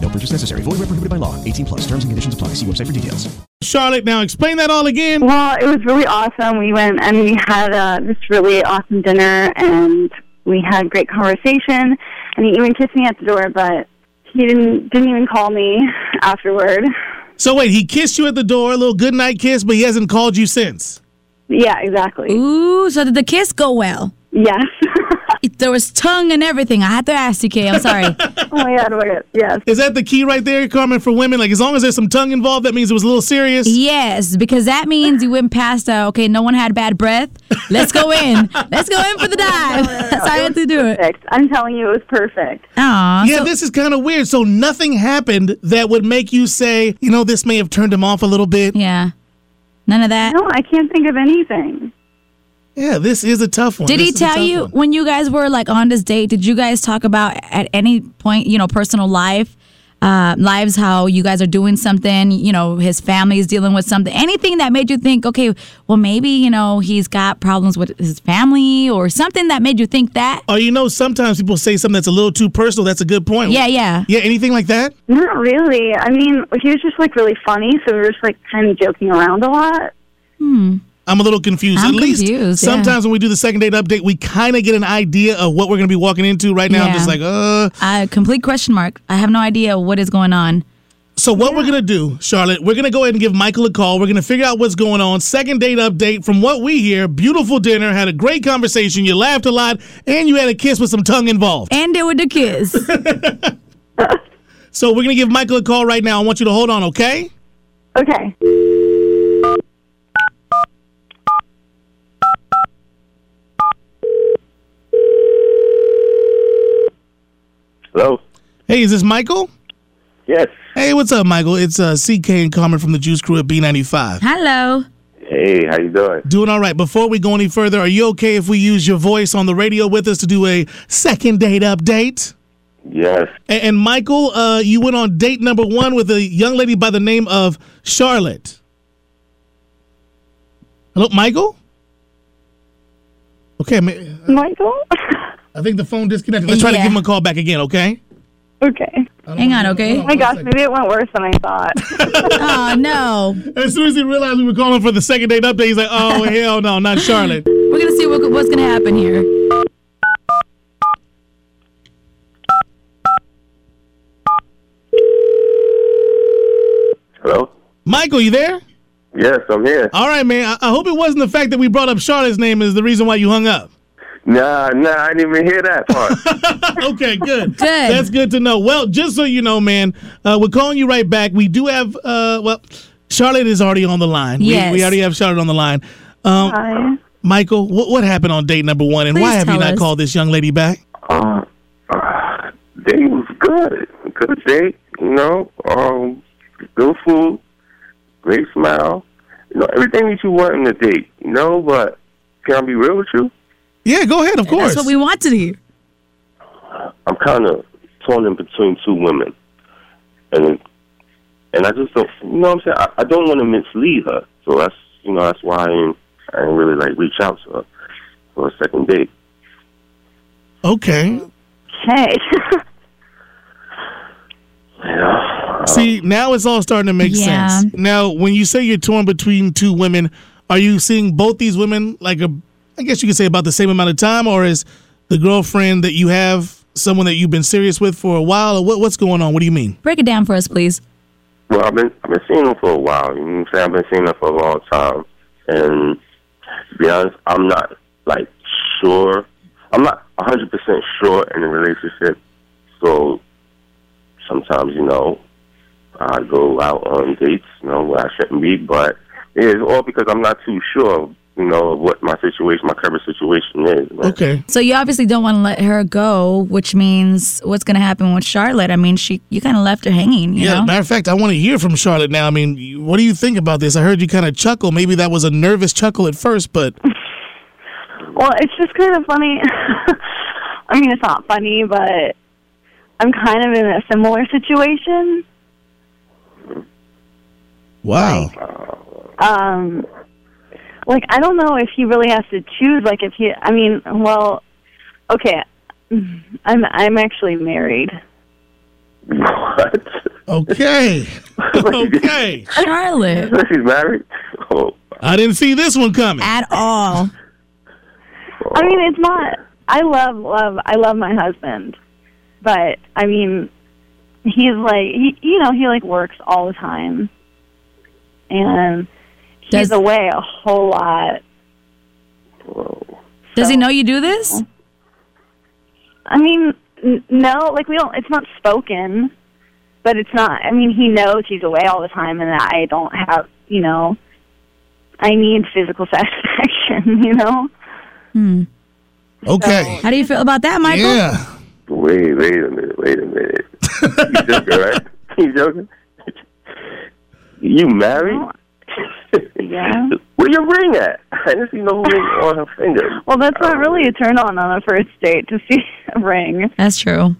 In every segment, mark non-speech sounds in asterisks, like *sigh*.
No purchase necessary. Void where prohibited by law. 18 plus. Terms and conditions apply. See website for details. Charlotte, now explain that all again. Well, it was really awesome. We went and we had uh, this really awesome dinner, and we had great conversation. And he even kissed me at the door, but he didn't didn't even call me afterward. So wait, he kissed you at the door, a little goodnight kiss, but he hasn't called you since. Yeah, exactly. Ooh, so did the kiss go well? Yes. *laughs* It- There was tongue and everything. I had to ask you, Kay. *laughs* I'm sorry. oh my god! Oh my god! Yes. Is that the key right there, Carmen, for women? Like as long as there's some tongue involved, that means it was a little serious. yes, because that means you went past. Uh, okay, no one had bad breath. Let's go in. Let's go in for *laughs* the dive. That's how I had to do it. Perfect. I'm telling you, it was perfect. Aw. Yeah, this is kind of weird. So nothing happened that would make you say, you know, this may have turned him off a little bit. Yeah. None of that. No, I can't think of anything. Yeah, this is a tough one. Did This he is a tell tough you one. when you guys were like on this date? Did you guys talk about at any point, you know, personal life, uh, lives, how you guys are doing something? You know, his family is dealing with something. Anything that made you think, okay, well, maybe you know he's got problems with his family or something that made you think that? Oh, you know, sometimes people say something that's a little too personal. That's a good point. Yeah, yeah. Yeah, anything like that? Not really. I mean, he was just like really funny, so we were just like kind of joking around a lot. I'm a little confused. I'm At least confused, yeah. sometimes when we do the second date update, we kind of get an idea of what we're going to be walking into. Right now, I'm Yeah. just like, uh. Uh, complete question mark. I have no idea what is going on. So what we're going to do, Charlotte, we're going to go ahead and give Michael a call. We're going to figure out what's going on. Second date update. From what we hear, beautiful dinner, had a great conversation. You laughed a lot, and you had a kiss with some tongue involved. And it with the *laughs* kiss. So we're gonna give Michael a call right now. I want you to hold on, okay? Okay. Hello. Hey, is this Michael? Yes. Hey, what's up, Michael? It's uh, CK and Carmen from the Juice Crew at B95. Hello. Hey, how you doing? Doing all right. Before we go any further, are you okay if we use your voice on the radio with us to do a second date update? Yes. And, and Michael, uh, you went on date number one with a young lady by the name of Charlotte. Hello, Michael. Okay, I mean, Michael? *laughs* I think the phone disconnected. Let's try to Yeah. give him a call back again, okay? okay. Hang on, okay? Oh my gosh, maybe it went worse than I thought. Oh no. As soon as he realized we were calling for the second date update, he's like, *laughs* "Oh hell no, not Charlotte." We're gonna see what, what's gonna happen here. Hello. Michael, you there? Yes, I'm here. All right, man. I, I hope it wasn't the fact that we brought up Charlotte's name is the reason why you hung up. Nah, nah, I didn't even hear that part. okay, good. *laughs* Good. That's good to know. Well, just so you know, man, uh, we're calling you right back. We do have, uh, well, Charlotte is already on the line. We- Yes. We, already have Charlotte on the line. Um, Hi. Michael, what, what happened on date number one, and why Please have you tell not us. called this young lady back? uh, uh, day was good. Good day. You know, um, good food, great smile. You know, everything that you want in a date. You know, but can I be real with you? Yeah, go ahead. Of course. That's what we want to hear. I'm kind of torn in between two women, and and I just don't. You know what I'm saying? I, I don't want to mislead her, so that's you know that's why I didn't, I didn't really like reach out to her for a second date. okay. Okay. Yeah. See, now it's all starting to make Yeah. sense. Now, when you say you're torn between two women, are you seeing both these women like a, I guess you could say about the same amount of time, or is the girlfriend that you have someone that you've been serious with for a while, or what, what's going on? What do you mean? Break it down for us, please. Well, I've been I've been seeing her for a while. You know what I'm saying? I've been seeing her for a long time, and to be honest, I'm not like sure. I'm not 100 percent sure in the relationship. So sometimes, you know, I go out on dates, you know, where I shouldn't be. But it's all because I'm not too sure you know, of what my situation, my current situation is. man. *laughs* Okay. So you obviously don't want to let her go, which means what's going to happen with Charlotte? I mean, she you kind of left her hanging, you Yeah. know? Matter of fact, I want to hear from Charlotte now. I mean, you- what do you think about this? I heard you kind of chuckle. Maybe that was a nervous chuckle at first, but *laughs* Well, it's just kind of funny. *laughs* I mean, it's not funny, but I'm kind of in a similar situation. wow. Um, like I don't know if he really has to choose. Like if he, I mean, well, okay, I'm I'm actually married. What? *laughs* Okay. okay. Charlotte. She's married? Oh, I didn't see this one coming. At all. I mean, it's not. I love love. I love my husband, but I mean, he's like he, you know, he like works all the time, and he's Does- away a whole lot. Does he know you do this? I mean, n- no, like we don't. It's not spoken, but it's not. I mean, he knows he's away all the time, and that I don't have. You know, I need physical *laughs* satisfaction. You know, Okay. How do you feel about that, Michael? Yeah. wait, wait a minute, wait a minute. You joking, right? *laughs* You joking? You married? Yeah. Where your ring at? I didn't see no ring on her finger. Uh, well, that's not really a turn on on a first date to see *laughs* a ring. That's true.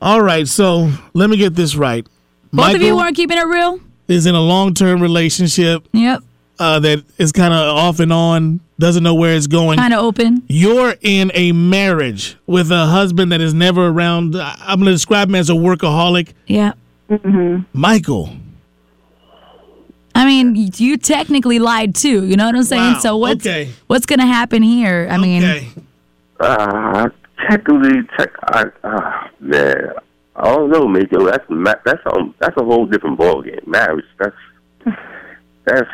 All right. So let me get this right. Both Michael of you weren't keeping it real? is in a long term relationship Yep. uh, that is kind of off and on, doesn't know where it's going. Kind of open. You're in a marriage with a husband that is never around. I- I'm going to describe him as a workaholic. Yeah. Michael. I mean, y- you technically lied too. You know what I'm saying? Wow, So what's okay. what's gonna happen here? I mean, Okay. Uh, technically, tech, I, uh, man, I don't know, Miko. That's ma- that's a that's a whole different ballgame. Marriage, that's that's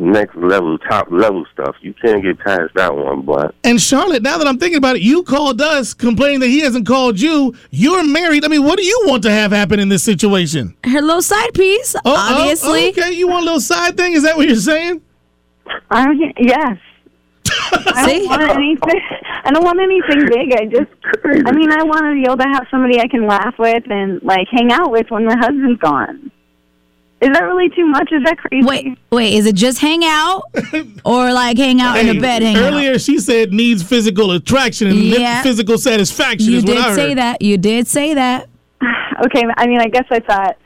next level, top level stuff. You can't get past that one, but And Charlotte, now that I'm thinking about it, you called us complaining that he hasn't called you. You're married. I mean, what do you want to have happen in this situation? her little side piece, Oh, oh, obviously. okay, you want a little side thing? Is that what you're saying? I'm he- yes. I don't want anything. I don't want anything big. I just. I mean, I want to be able to have somebody I can laugh with and like hang out with when my husband's gone. Is that really too much? Is that crazy? Wait, wait, is it just *laughs* hang out or like hang out in Hey, the bed? Hang out? Earlier, she said needs physical attraction and lip- Yeah. physical satisfaction. You is what I did heard. say that. You did say that. Okay. I mean, I guess I thought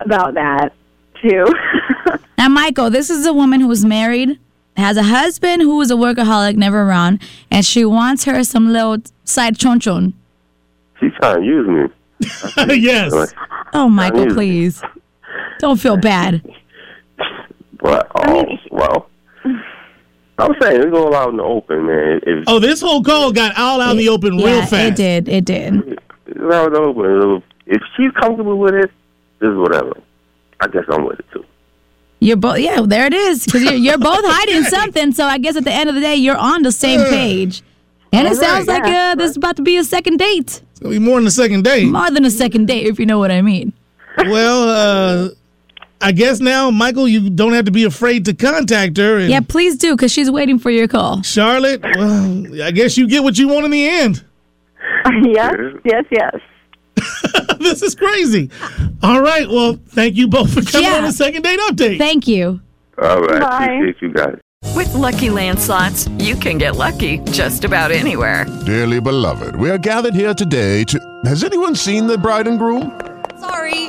about that too. *laughs* Now, Michael, this is a woman who is married, has a husband who is a workaholic, never around, and she wants her some little side chonchon. she's trying to use me. *laughs* yes. Oh, Michael, is- please. Don't feel bad. But oh, well, *sighs* I'm saying it's all out in the open, man. If Oh, this whole call got all out in the open real yeah, fast. it did. It did. it's out in the open, if she's comfortable with it, this is whatever. I guess I'm with it too. You're both. Yeah, there it is. Because you're, *laughs* you're both hiding something. So I guess at the end of the day, you're on the same page. And it All right. sounds like uh, this is about to be a second date, It's gonna be more than the second date. more than a second date, if you know what I mean. well, uh, I guess now, Michael, you don't have to be afraid to contact her. And Yeah, please do, because she's waiting for your call. Charlotte, well, I guess you get what you want in the end. *laughs* yes. Yes. Yes. this is crazy. All right. Well, thank you both for coming Yeah. on the second date update. Thank you. All right, Bye. appreciate you guys. With Lucky Land slots, you can get lucky just about anywhere. Dearly beloved, we are gathered here today to. Has anyone seen the bride and groom? Sorry,